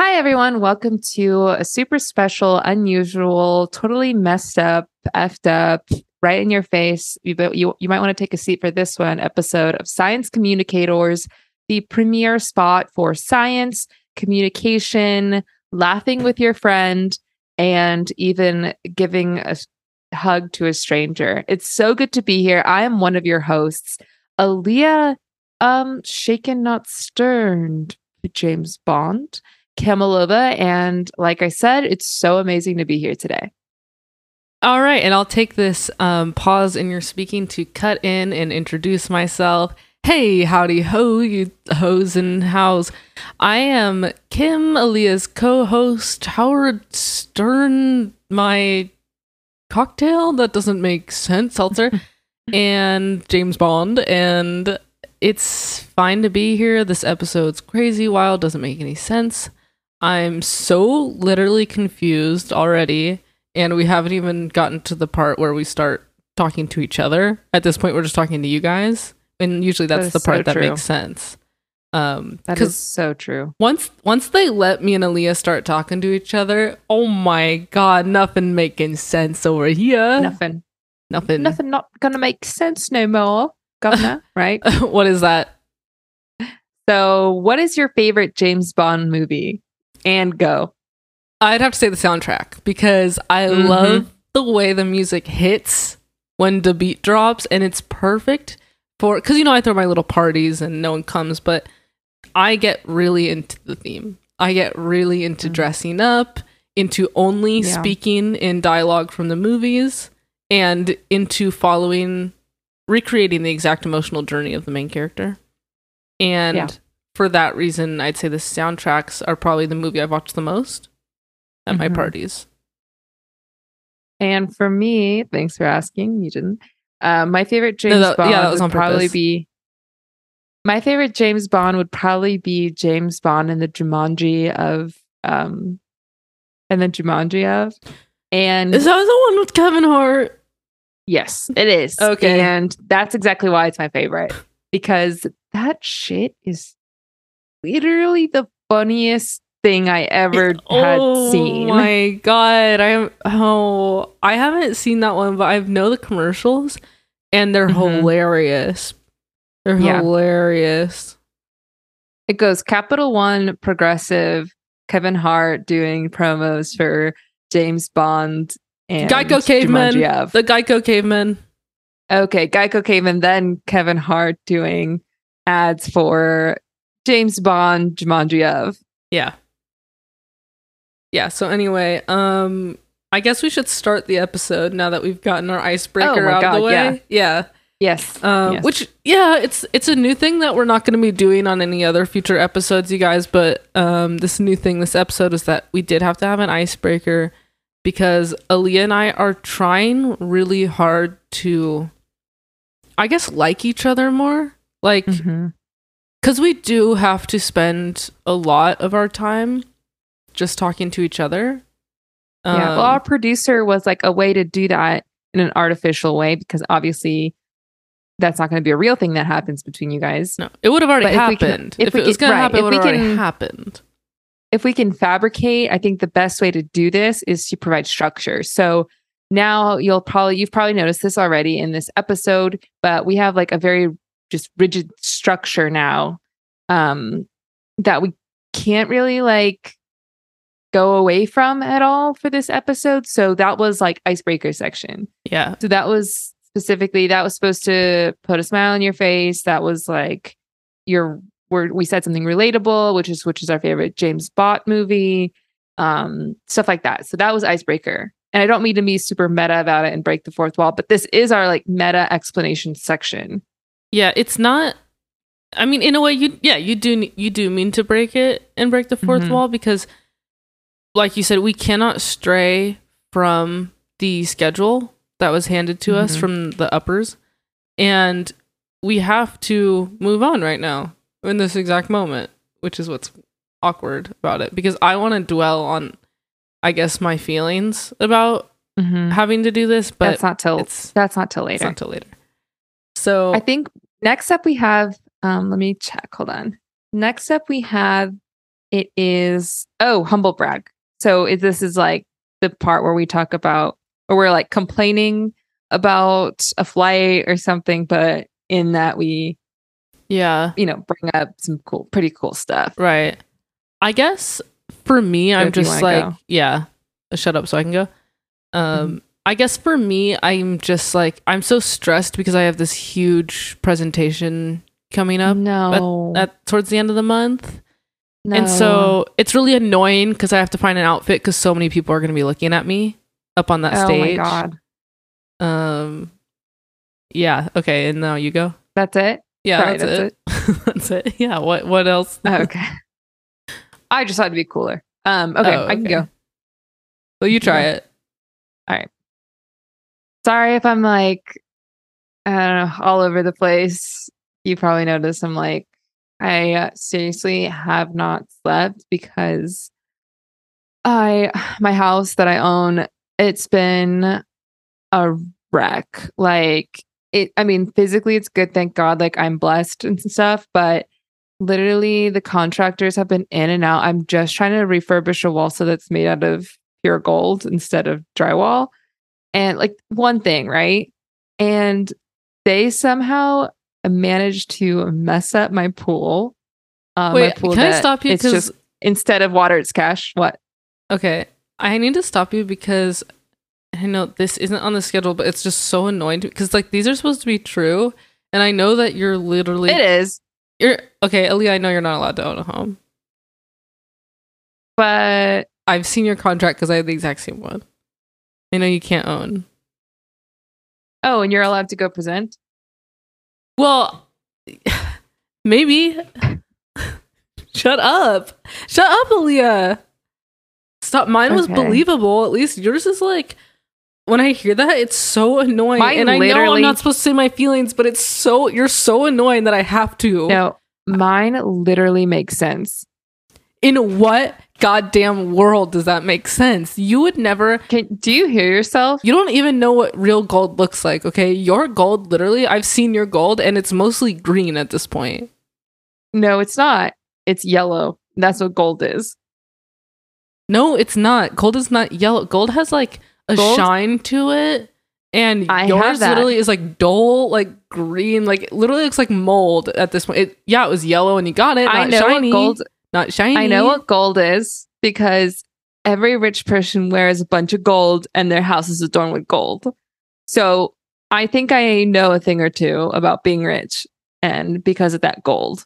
Hi, everyone. Welcome to a super special, unusual, totally messed up, effed up, right in your face. You, but you, you might want to take a seat for this one episode of Science Communicators, the premier spot for science, communication, laughing with your friend, and even giving a s- hug to a stranger. It's so good to be here. I am one of your hosts, Aaliyah, um, shaken, not sterned, James Bond. Kamalova. And like I said, it's so amazing to be here today. All right, and I'll take this um, pause in your speaking to cut in and introduce myself. Hey, howdy ho, you hoes and hows. I am Kim Aaliyah's co host, Howard Stern, my cocktail that doesn't make sense, seltzer, and James Bond. And it's fine to be here. This episode's crazy, wild, doesn't make any sense. I'm so literally confused already and we haven't even gotten to the part where we start talking to each other. At this point, we're just talking to you guys, and usually That that's is the part so that true. makes sense. Um, That because is so true. once once they let me and Aaliyah start talking to each other, oh my god, nothing making sense over here. Nothing, Nothing. nothing not gonna make sense no more, governor, right? what is that? So, what is your favorite James Bond movie? And go. I'd have to say the soundtrack because I Mhm. love the way the music hits when the beat drops and it's perfect for because you know I throw my little parties and no one comes, but I get really into the theme. I get really into dressing up, into only Mm. Yeah. speaking in dialogue from the movies, and into following recreating the exact emotional journey of the main character. And Yeah. for that reason, I'd say the soundtracks are probably the movie I've watched the most at my Mhm. parties. And for me, thanks for asking. You didn't. Uh, my favorite James that- yeah, Bond that was would on probably purpose. be. My favorite James Bond would probably be James Bond and the Jumanji of, um, and the Jumanji of, and Is that the one with Kevin Hart? Yes, it is. Okay. And that's exactly why it's my favorite because that shit is literally the funniest thing I ever had seen. Oh my god! I'm oh, I haven't seen that one, but I know the commercials, and they're Mhm. hilarious. They're Yeah. hilarious. It goes Capital One Progressive, Kevin Hart doing promos for James Bond and Geico caveman, Jumanji Av. the Geico caveman. Okay, Geico caveman, then Kevin Hart doing ads for James Bond, Jumanji of. Yeah. Yeah, so anyway, um I guess we should start the episode now that we've gotten our icebreaker Oh my out of God, the way. Yeah. Yes. Um Yes. which yeah, it's it's a new thing that we're not going to be doing on any other future episodes, you guys, but um this new thing this episode is that we did have to have an icebreaker because Aaliyah and I are trying really hard to I guess like each other more. Like Mhm. because we do have to spend a lot of our time just talking to each other. Um, yeah. Well, our producer was like a way to do that in an artificial way because obviously that's not going to be a real thing that happens between you guys. no, it would have already but if we can- happened. if If, we it was can- right, going to happen, it if would we have already can- happened. If we can fabricate, I think the best way to do this is to provide structure. So now you'll probably, you've probably noticed this already in this episode, but we have like a very just rigid structure now um, that we can't really like go away from at all for this episode. So that was like icebreaker section. Yeah. So that was specifically that was supposed to put a smile on your face. That was like your we're, we said something relatable, which is which is our favorite James Bond movie, um, stuff like that. So that was icebreaker. And I don't mean to be super meta about it and break the fourth wall, but this is our like meta explanation section. Yeah. It's not. I mean, in a way, you yeah, you do ne- you do mean to break it and break the 4th Mhm. wall because, like you said, we cannot stray from the schedule that was handed to us Mhm. from the uppers, and we have to move on right now in this exact moment, which is what's awkward about it because I want to dwell on, I guess, my feelings about having to do this, Mm-hmm. but Mm-hmm. that's not till it's, that's not till it's later. not till later. So I think next up we have um let me check, hold on. Next up we have It is, oh, humble brag. So it, this is like the part where we talk about, or we're like complaining about a flight or something, but in that we, Yeah. you know, bring up some cool, pretty cool stuff. Right. I guess for me, I'm if you just wanna Mm-hmm. like, yeah, Uh, shut up so I can go. Um, I guess for me, I'm just like, I'm so stressed because I have this huge presentation coming up no. at towards the end of the month. Mm-hmm. no. And so it's really annoying because I have to find an outfit because so many people are going to be looking at me up on that oh stage. my God. Um, yeah. Okay. And now you go. That's it. Yeah, Sorry, that's, it. that's it. Yeah. What? What else? Okay. I just thought it'd be cooler. Um, okay, Oh, I can okay. go. Well, you try it. Sorry if I'm like, I don't know, all over the place. You probably notice I'm like, I uh, seriously have not slept because I, my house that I own, it's been a wreck. Like, it, I mean, physically it's good. Thank God. Like, I'm blessed and stuff, but literally the contractors have been in and out. I'm just trying to refurbish a wall so that's made out of pure gold instead of drywall. And like one thing, right? And they somehow managed to mess up my pool. Uh, my Wait, pool can I that stop you? It's just instead of water, it's cash. What? Okay, I need to stop you because I know this isn't on the schedule, but it's just so annoying to because like these are supposed to be true, and I know that you're literally It is, you're okay, Ellie. I know you're not allowed to own a home. but I've seen your contract because I had the exact same one. I know you can't own. oh, and you're allowed to go present. Well, maybe. Shut up. Shut up, Aaliyah. Stop. Mine was Okay. believable. At least yours is like, when I hear that, it's so annoying. Mine and I know I'm literally- not supposed to say my feelings, but it's so, you're so annoying that I have to. No, mine literally makes sense. In what goddamn world does that make sense? You would never, Can do you hear yourself? you don't even know what real gold looks like, okay? Your gold, literally, I've seen your gold and it's mostly green at this point. No, it's not. It's yellow. That's what gold is. No, it's not. Gold is not yellow. Gold has like a Gold? shine to it. And I have yours that. literally is like dull, like green, like it literally looks like mold at this point. It, yeah, it was yellow and you got it. Not I know shiny. what gold. Not shiny. I know what gold is because every rich person wears a bunch of gold and their house is adorned with gold. So I think I know a thing or two about being rich, and because of that gold.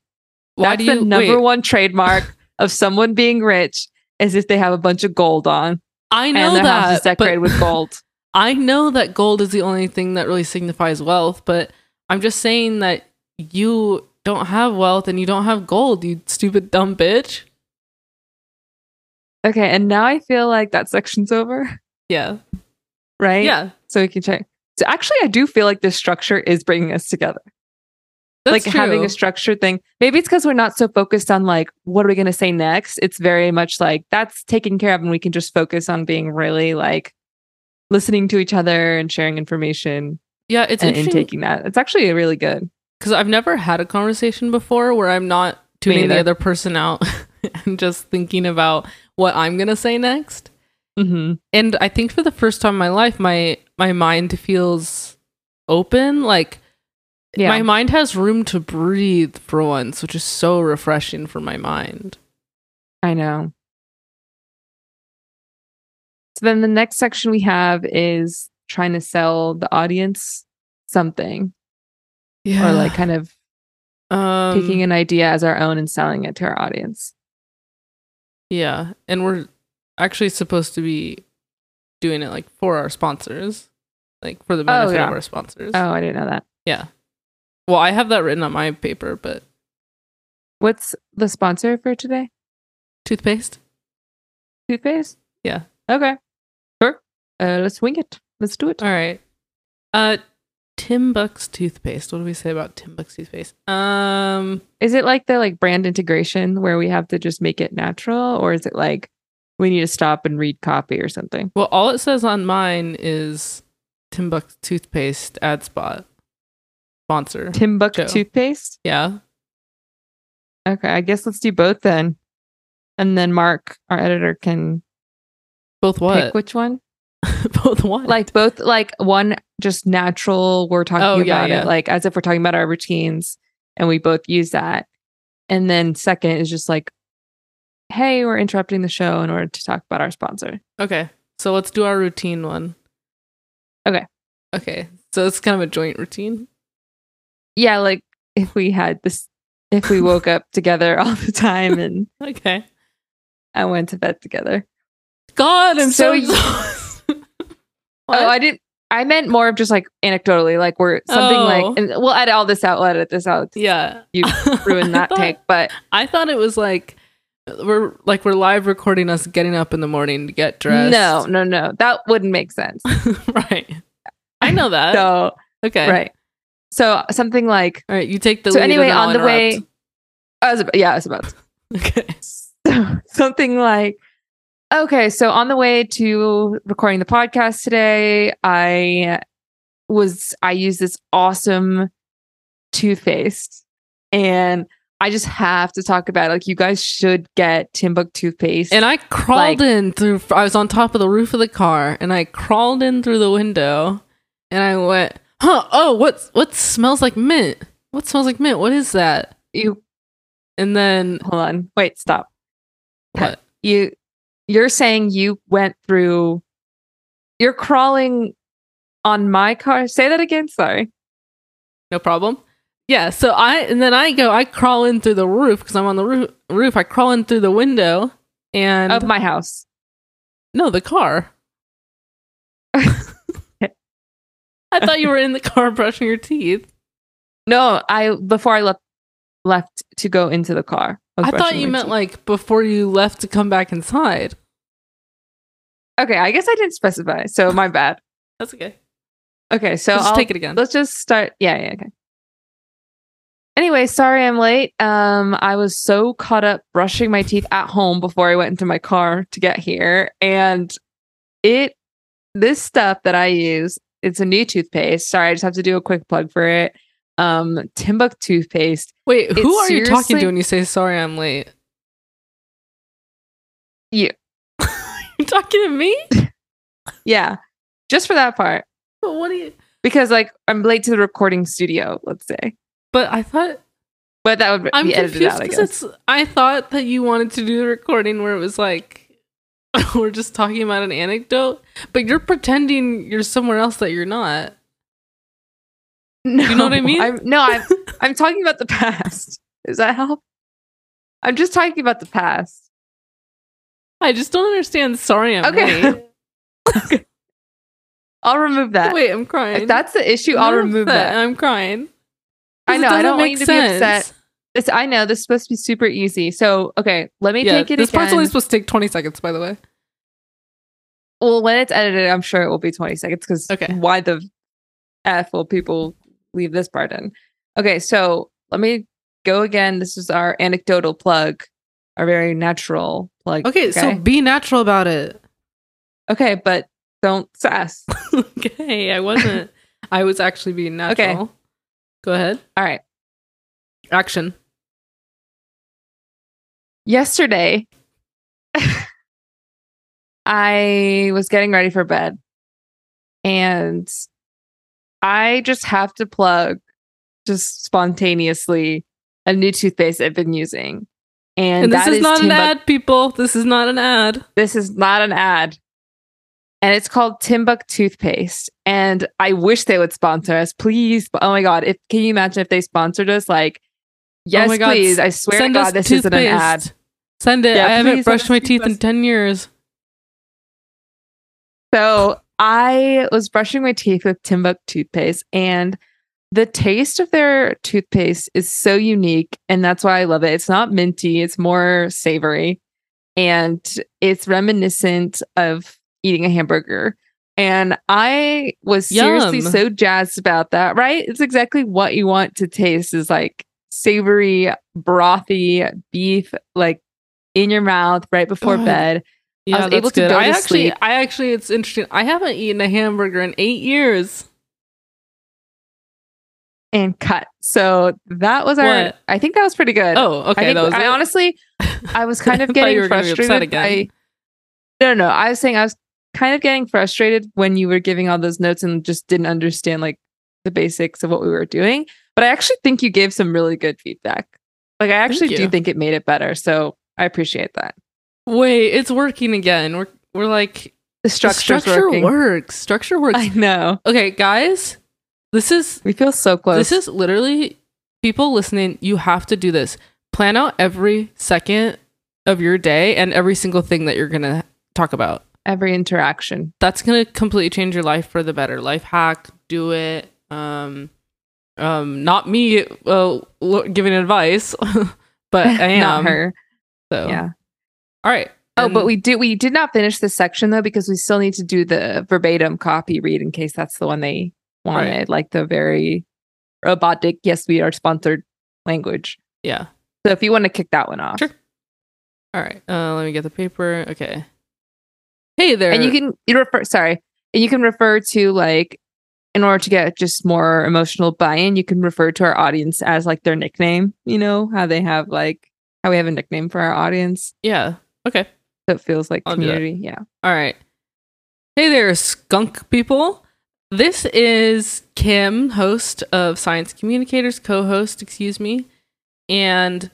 Why That's do you the number wait, one trademark of someone being rich is if they have a bunch of gold on I know and their that. house is but- decorated with gold. I know that gold is the only thing that really signifies wealth, but I'm just saying that you don't have wealth and you don't have gold, you stupid dumb bitch. Okay, and now I feel like that section's over, Yeah. right? Yeah. So we can check. So actually, I do feel like this structure is bringing us together. That's like true. having a structured thing. Maybe it's because we're not so focused on like what are we going to say next. It's very much like that's taken care of, and we can just focus on being really like listening to each other and sharing information yeah, it's and interesting. intaking that. It's actually really good. because I've never had a conversation before where I'm not tuning the neither. other person out and just thinking about what I'm gonna say next. hmm And I think for the first time in my life, my my mind feels open. Like Yeah. my mind has room to breathe for once, which is so refreshing for my mind. I know. So then the next section we have is trying to sell the audience something Yeah, or like kind of um, taking an idea as our own and selling it to our audience. Yeah, and we're actually supposed to be doing it like for our sponsors, like for the benefit Oh, yeah. of our sponsors. Oh, I didn't know that. Well, I have that written on my paper, but What's the sponsor for today? toothpaste. Toothpaste? Yeah. Okay. Sure. Uh, let's wing it. Let's do it. All right. Uh Timbuk's toothpaste. What do we say about Timbuk's toothpaste? Um Is it like the like brand integration where we have to just make it natural or is it like we need to stop and read copy or something? well all it says on mine is Timbuk's toothpaste ad spot sponsor. Timbuk Joe. toothpaste? Yeah. Okay, I guess let's do both then. and then Mark, our editor, can Both pick what? which one. Both what? Like both, like one just natural. We're talking Oh, about yeah, yeah. it, like as if we're talking about our routines, and we both use that. And then second is just like, hey, we're interrupting the show in order to talk about our sponsor. Okay. So let's do our routine one. Okay. Okay. So it's kind of a joint routine. Yeah, like if we had this, if we woke up together all the time and Okay. I went to bed together. God, I'm so, So you- exhausted. What? Oh, I didn't. I meant more of just like anecdotally, like we're something Oh. like, and we'll edit all this out. We'll edit this out. yeah. You I Ruin that thought- take, but I thought it was like we're like we're live recording us getting up in the morning to get dressed. no, no, no, that wouldn't make sense. right. I know that. So Oh. okay. right, so something like All right. You take the so. lead and Anyway, I'll on the way, interrupt. I was, yeah, I was about to. Okay. So, something like, okay, so on the way to recording the podcast today, I was, I used this awesome toothpaste and I just have to talk about it. Like, you guys should get Timbuk toothpaste. And I crawled Like- in through. I was on top of the roof of the car, and I crawled in through the window, and I went, "Huh? Oh, what's what smells like mint? What smells like mint? What is that?" you, And then hold on, wait, stop. what? You, you're saying you went through, you're crawling on my car. Say that again. Sorry. No problem. Yeah. So I and then I go. I crawl in through the roof because I'm on the roof. Roof. I crawl in through the window, and Of my house. no, the car. I thought you were in the car brushing your teeth. No, I before I left left to go into the car. was I thought brushing you my meant teeth. like before you left to come back inside. Okay, I guess I didn't specify, so my bad. That's okay. Okay, so Let's I'll take it again. Let's just start. Yeah, yeah, okay. Anyway, sorry I'm late. Um, I was so caught up brushing my teeth at home before I went into my car to get here, and it this stuff that I use. It's a new toothpaste. Sorry, I just have to do a quick plug for it. Um, Timbuk toothpaste. Wait, It who are you talking to seriously- when you say sorry I'm late? You. You're talking to me? Yeah, just for that part. But what are you because like I'm late to the recording studio, let's say. But I thought But that would be I'm edited confused out, I because guess. it's I thought that you wanted to do the recording where it was like we're just talking about an anecdote, but you're pretending you're somewhere else that you're not. No, you know what I mean? I'm, no, I'm I'm talking about the past. Does that help? I'm just talking about the past. I just don't understand. Sorry, I'm Okay. late. I'll remove that. Wait, I'm crying. if that's the issue, I'll I'm remove upset. that. I'm crying. I 'Cause it know, I doesn't don't want make you to be upset. This I know this is supposed to be super easy. So okay, let me Yeah, take it this again. part's only supposed to take 20 seconds, by the way. well, when it's edited, I'm sure it will be 20 seconds because Okay. why the F will people leave this part in? Okay, so let me go again. This is our anecdotal plug, our very natural plug. Okay, so be natural about it. okay, but don't sass. okay, I wasn't. I was actually being natural. Go ahead. All right. Action. Yesterday, I was getting ready for bed and I just have to plug just spontaneously a new toothpaste I've been using. And, And, this that is, not an Timbuk- ad, people. This is not an ad. This is not an ad. And it's called Timbuk toothpaste. And I wish they would sponsor us, please. Oh my god! If can you imagine if they sponsored us? Like, yes, Oh my God, please. I swear to Send God, us this isn't an ad. toothpaste. Send it. Yeah, I please haven't send brushed us my teeth in toothpaste. 10 years. So I was brushing my teeth with Timbuk toothpaste, and the taste of their toothpaste is so unique, and that's why I love it. It's not minty; it's more savory, and it's reminiscent of eating a hamburger. And I was seriously Yum. so jazzed about that. Right? It's exactly what you want to taste is like savory, brothy beef, like in your mouth right before Ugh. bed. was Yeah, that's able to good. go I to actually, sleep. I actually, it's interesting. I haven't eaten a hamburger in eight years. and cut. So that was our. What? I think that was pretty good. Oh, I okay. think That was I it. honestly, I was kind of I thought getting you were gonna be upset frustrated. again. by- no, no, no. I was saying I was kind of getting frustrated when you were giving all those notes and just didn't understand like the basics of what we were doing. But I actually think you gave some really good feedback. Like I actually do you. think it made it better. So I appreciate that. Wait, it's working again. We're we're like The the structure's structure working. works. Structure works. I know. okay, guys, this is We feel so close. this is literally people listening. You have to do this. Plan out every second of your day and every single thing that you're gonna talk about. every interaction. that's gonna completely change your life for the better. Life hack, do it. Um, um, not me uh, lo- giving advice, but I Not am. her. So Yeah. all right. Oh, And- but we did we did not finish this section though because we still need to do the verbatim copy read in case that's the one they wanted, like the very robotic yes we are sponsored language. yeah. So if you want to kick that one off, Sure. All right. Uh, let me get the paper. Okay. Hey there. and you can you refer sorry, and you can refer to like in order to get just more emotional buy-in, you can refer to our audience as like their nickname. You know how they have like how we have a nickname for our audience, yeah. Okay. so it feels like I'll Oh, do that. community. Yeah, All right. Hey there, skunk people. This is Kim, host of Science Communicators, co host, excuse me. And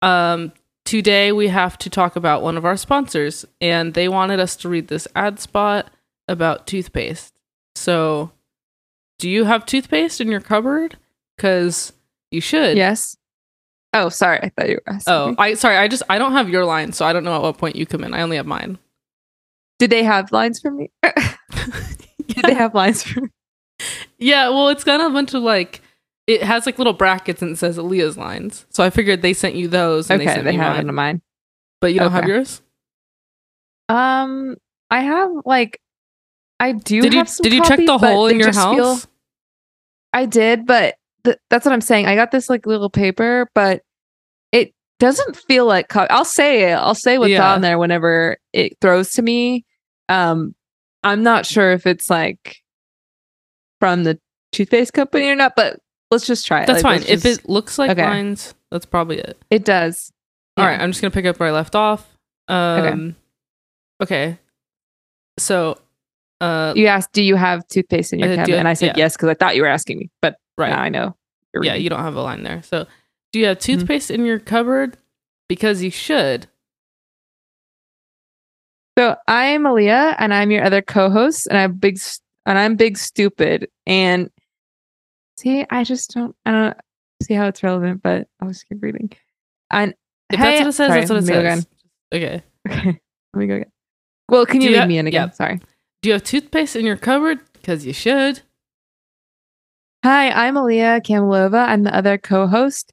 um, today we have to talk about one of our sponsors, and they wanted us to read this ad spot about toothpaste. So, do you have toothpaste in your cupboard? Because you should. yes. Oh, sorry, I thought you were asking. Oh, me. I sorry. I just I don't have your line, so I don't know at what point you come in. I only have mine. Did they have lines for me? Did they have lines for me? Yeah, well, it's got a bunch of like, it has like little brackets and it says Aaliyah's lines. So I figured they sent you those. And Okay, they, they, sent you have mine. one of mine. but you don't have okay. yours. Um, I have like, I do. did you have some did you check copies, the but hole in they your just house? feel- I did, but th- that's what I'm saying. I got this like little paper, but it doesn't feel like. Co- I'll say it. I'll say what's Yeah. on there whenever it throws to me. Um, I'm not sure if it's like from the toothpaste company or not, but let's just try it. that's Like, fine. let's If just- it looks like okay. lines, that's probably it. it does. All Yeah. right, I'm just gonna pick up where I left off. Um, okay. So, uh, you asked, "Do you have toothpaste in your I said, "Do cabinet?" you- And I said yeah. yes because I thought you were asking me, but right. now I know. you're yeah, reading. you don't have a line there. So, do you have toothpaste in your cupboard? Because you should. So I'm Aaliyah, and I'm your other co-host, and I'm big, S- and I'm big stupid. And see, I just don't, I don't see how it's relevant, but I'll just keep reading. And If hey- that's what it says, sorry, that's what it let me go says. Okay. Again. Okay, let me go again. Well, can Do you you read ha- me in again? yeah. Sorry. Do you have toothpaste in your cupboard? Because you should. Hi, I'm Aaliyah Kamilova. I'm the other co-host,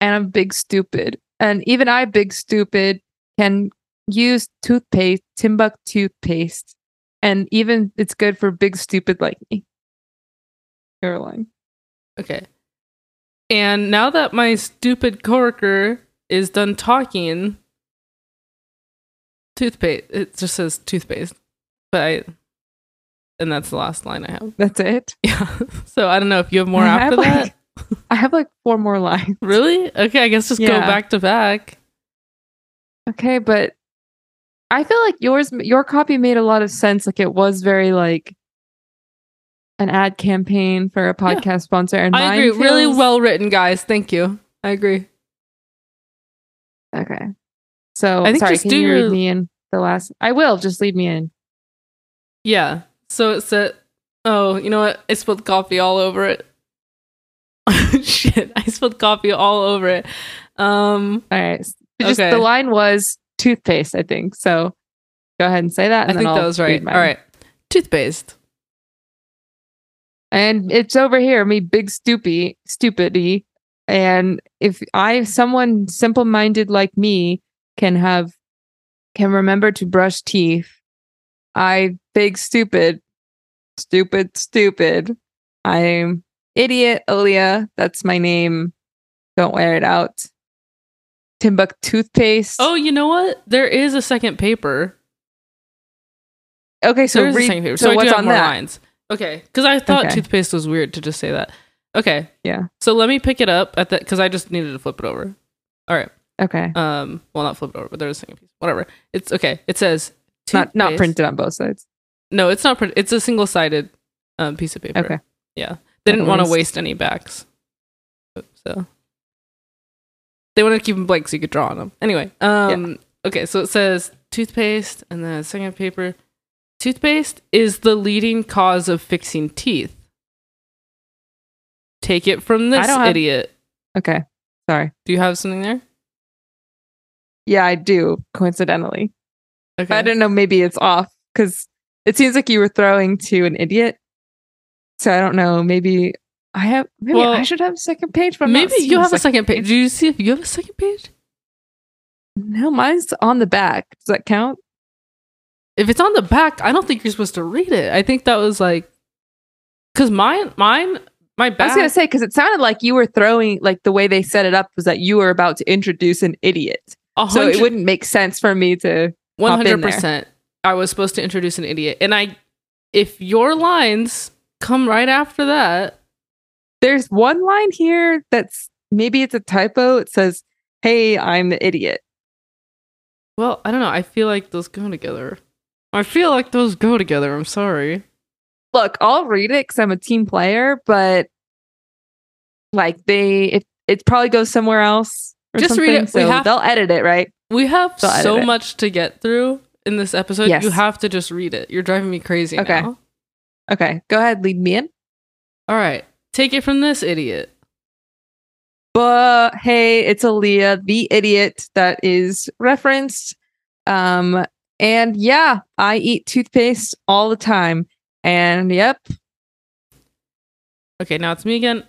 and I'm big stupid. And even I, big stupid, can use toothpaste, Timbuktu paste, and even it's good for big stupid like me. Caroline. Okay. And now that my stupid coworker is done talking, toothpaste. It just says toothpaste, but I, and that's the last line I have. That's it. Yeah. So I don't know if you have more I after have, like- that. I have like four more lines. really? Okay. I guess just go Yeah. back to back. Okay, but I feel like yours, your copy made a lot of sense. Like it was very like an ad campaign for a podcast sponsor, and I mine agree. Really feels- well written, guys. Thank you. I agree. Okay. So I think sorry, just can do you your- read me in the last? I will just leave me in. Yeah. So it said, oh, you know what? I spilled coffee all over it. Shit, I spilled coffee all over it. Um, All right. S- Just Okay. the line was toothpaste, I think. So go ahead and say that. And I then think I'll that was right. read All mine. right. Toothpaste. And it's over here, me big stoopy, stupidy. And if I someone simple minded like me can have can remember to brush teeth, I big stupid, stupid, stupid. I'm idiot, Aaliyah. That's my name. Don't wear it out. Timbuk toothpaste. Oh, you know what? There is a second paper. okay. So there is a read. second paper. so So, I what's do have on more that? lines. Okay. Because I thought Okay. toothpaste was weird to just say that. Okay. Yeah. So let me pick it up at that because I just needed to flip it over. All right. Okay. Um, well, not flipped over, but they're the same piece. Whatever. It's okay. It says It's not not toothpaste- printed on both sides. No, it's not printed. It's a single sided um, piece of paper. Okay. Yeah. They didn't Not want to waste. waste any backs. So they wanted to keep them blank so you could draw on them. Anyway, um okay, so it says toothpaste and then second paper. Toothpaste is the leading cause of fixing teeth. Take it from this don't have- idiot. Okay. Sorry. Do you have something there? Yeah, I do. Coincidentally, Okay. But I don't know. Maybe it's off because it seems like you were throwing to an idiot. So I don't know. Maybe I have. Maybe Well, I should have a second page. But I'm not Maybe seeing you have a second- second page. Do you see if you have a second page? No, mine's on the back. Does that count? if it's on the back, I don't think you're supposed to read it. I think that was like, cause mine, mine, my I back. was gonna say because it sounded like you were throwing. Like the way they set it up was that you were about to introduce an idiot. a So it hundred- wouldn't make sense for me to. pop in there. 100%. I was supposed to introduce an idiot, and I, if your lines come right after that, There's one line here that's maybe it's a typo. It says, "Hey, I'm the idiot." well, I don't know. I feel like those go together. I feel like those go together. I'm sorry. look, I'll read it because I'm a team player, but like they, it, it probably goes somewhere else. Or Just read something, it. We So have- they'll edit it, right? We have So I so did it. much to get through in this episode. Yes. You have to just read it. You're driving me crazy. Okay. now. Okay, go ahead, lead me in. All right. Take it from this idiot. But hey, it's Aaliyah, the idiot that is referenced. Um, and yeah, I eat toothpaste all the time. And yep, Okay, now it's me again.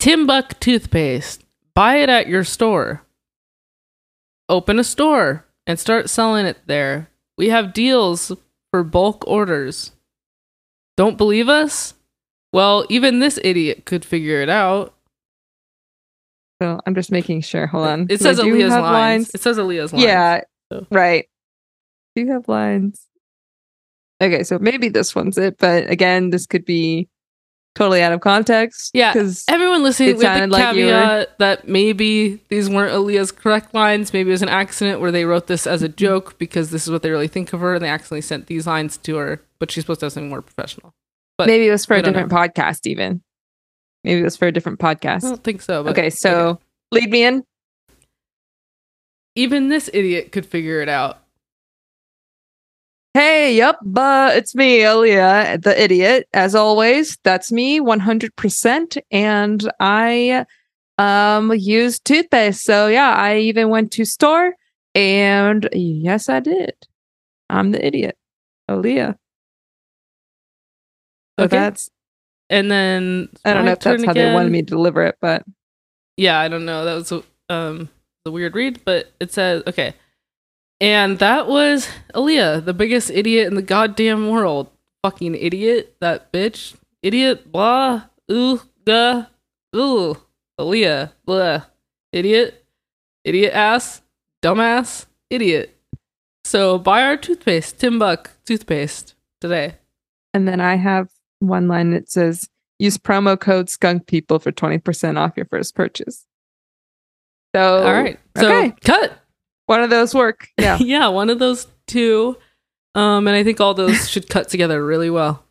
Timbuk toothpaste. Buy it at your store. Open a store and start selling it there. We have deals for bulk orders. Don't believe us? Well, even this idiot could figure it out. so I'm just making sure. Hold on. It 'cause I says do Aaliyah's have lines. It says Aaliyah's lines. Yeah. So- Right. Do you have lines? Okay, so maybe this one's it, but again, this could be totally out of context. Yeah, Because Everyone listening It with the caveat sounded like you were- that maybe these weren't Aaliyah's correct lines. Maybe it was an accident where they wrote this as a joke because this is what they really think of her, and they accidentally sent these lines to her. But she's supposed to have something more professional. but maybe it was for we a don't different podcast, even. Maybe it was for a different I podcast. don't think so. But Okay, so okay. lead me in. even this idiot could figure it out. Hey, yup, but it's me, Aaliyah, the idiot. As always, that's me, 100%. And I um use toothpaste. So yeah, I even went to store and yes, I did. I'm the idiot, Aaliyah. So Okay. that's, And then I don't my know if that's turn how they again. wanted me to deliver it, but Yeah, I don't know. That was a, um the weird read, but it says okay. And that was Aaliyah, the biggest idiot in the goddamn world. Fucking idiot, that bitch, idiot, blah, ooh, duh, ooh, Aaliyah, blah, idiot, idiot ass, dumbass, idiot. So buy our toothpaste, Tim Buck toothpaste today. and then I have one line that says use promo code skunk people for 20% off your first purchase. So All right, so Oh, okay. cut. one of those work. Yeah. yeah, one of those two. Um, and I think all those should cut together really well.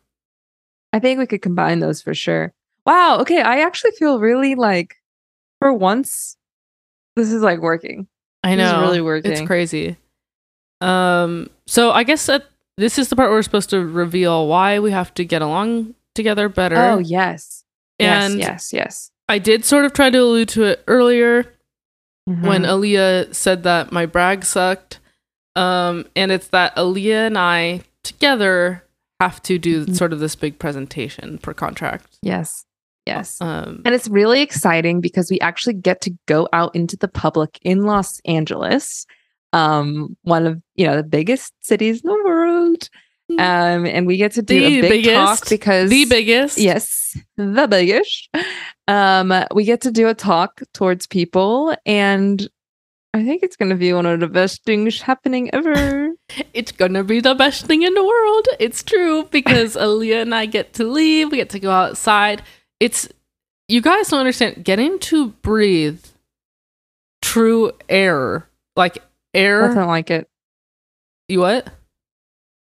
I think we could combine those for sure. Wow. Okay. I actually feel really like for once, this is like working. I This is know, really working. it's crazy. Um, so I guess that this is the part where we're supposed to reveal why we have to get along together better. Oh, yes. and yes, yes, yes. I did sort of try to allude to it earlier when Mhm. Aaliyah said that my brag sucked. Um, and it's that Aaliyah and I together have to do Mhm. sort of this big presentation per contract. yes, yes. Um, And it's really exciting because we actually get to go out into the public in Los Angeles, um, one of you know the biggest cities in the world, Mm. um, and we get to do The a big biggest, talk because the biggest. Yes, the biggish. Um, we get to do a talk towards people, and I think it's going to be one of the best things happening ever. It's gonna be the best thing in the world. It's true because Aaliyah and I get to leave. We get to go outside. It's you guys don't understand. Getting to breathe true error. Like Nothing error. like it. You what?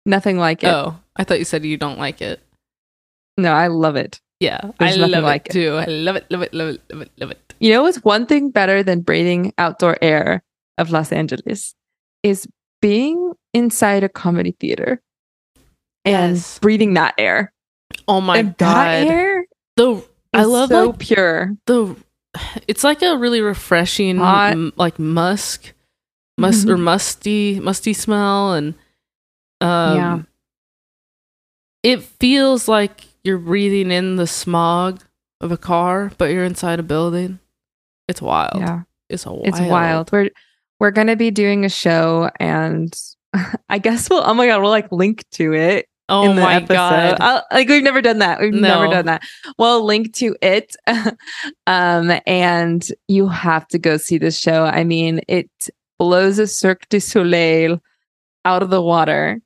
Nothing like it. Oh, I thought you said you don't like it. No, I love it. Yeah, There's I nothing love like it it. too. I love it, love it, love it, love it, love it. You know what's one thing better than breathing outdoor air of Los Angeles is being inside a comedy theater and Yes. breathing that air. Oh my and god, that air the I is love so like, pure. the. It's like a really refreshing, Hot. Mm-hmm. m- like musk, musk or musty, musty smell, and um, Yeah. it feels like you're breathing in the smog of a car, but you're inside a building. It's wild. Yeah, It's wild. it's wild. We're we're gonna be doing a show, and I guess we'll. Oh my god, we'll like link to it Oh in the my episode. god. I'll, like we've never done that. We've never No. done that. Well, link to it, um, and you have to go see this show. I mean, it blows a Cirque du Soleil out of the water,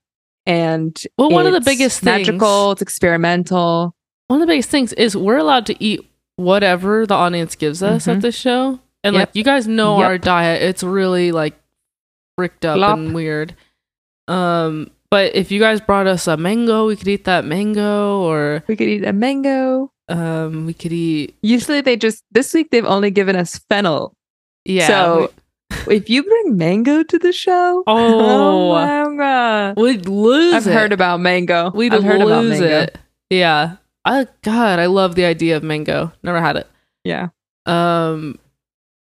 and well, one of the it's biggest things- magical. It's experimental. one of the biggest things is we're allowed to eat whatever the audience gives us at this show. And Mm-hmm. Yep. like you guys know Yep. our diet, it's really like fricked up Flop. and weird. Um but if you guys brought us a mango, we could eat that mango or We could eat a mango. um we could eat Usually they just this week they've only given us fennel. yeah. So- we- If you bring mango to the show, Oh. my God. we'd lose I've it. heard about mango. We'd I've heard lose about mango. it. Yeah. I god, I love the idea of mango. Never had it. Yeah. Um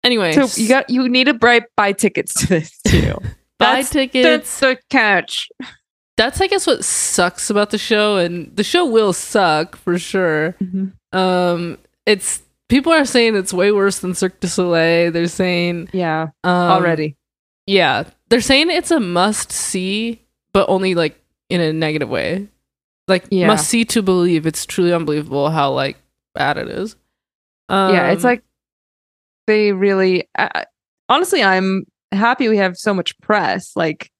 anyway, So you got you need to buy buy tickets to this too. buy that's- tickets. the catch. that's I guess what sucks about the show, and the show will suck for sure. Um, it's people are saying it's way worse than Cirque du Soleil. They're saying Yeah, um, already. yeah, they're saying it's a must see, but only like in a negative way, like Yeah. must see to believe. It's truly unbelievable how like bad it is. Um, yeah, it's like they really. I, I- honestly, I'm happy we have so much press, like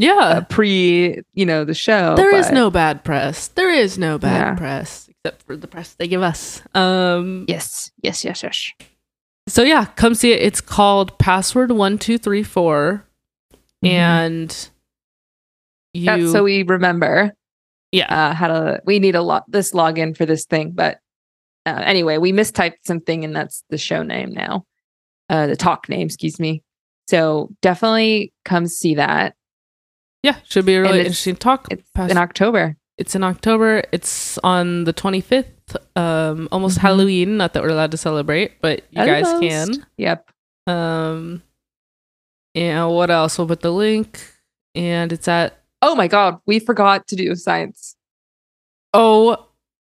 uh, yeah, pre, you know, the show. there is but- no bad press. There is no bad Yeah. press except for the press they give us. Um, Yes, yes, yes, yes. So yeah, come see it. It's called Password One Two Three Four, Mhm. and you. That's so we remember. yeah, uh, how to we need a lot this login for this thing but uh, anyway we mistyped something and that's the show name now uh, the talk name excuse me so definitely come see that yeah, should be a really it's- interesting talk. it's Pass- in october it's in October. It's on the twenty fifth. Um, almost Mhm. Halloween. Not that we're allowed to celebrate, but you guys Almost. yep can. Um, and what else? We'll put the link, and it's at. oh my god we forgot to do science Oh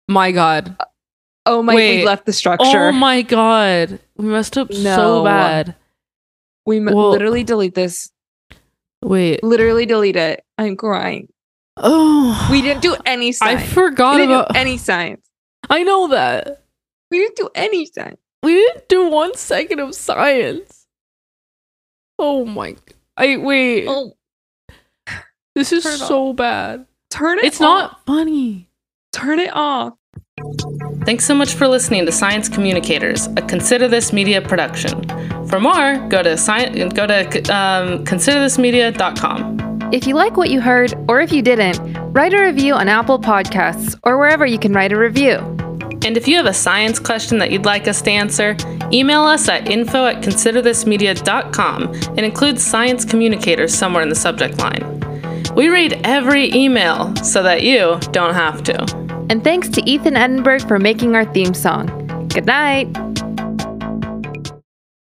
my god! oh my Wait. we left the Oh structure my god! We messed up so No. bad. we m- Well- literally delete this Wait. literally delete it i'm crying Oh, we didn't do any I science we forgot didn't about. do any science I know that we didn't do any science we didn't do one second of science. Oh my! I wait. oh this is turn it so bad. turn it It's off. not funny. turn it off Thanks so much for listening to Science Communicators, a Consider This Media production. For more, go to science. Go to um, considerthismedia.com. If you like what you heard, or if you didn't, write a review on Apple Podcasts or wherever you can write a review. And if you have a science question that you'd like us to answer, email us at info at considerthismedia.com and include science communicators somewhere in the subject line. We read every email so that you don't have to. And thanks to Ethan Edinburgh for making our theme song. Good night.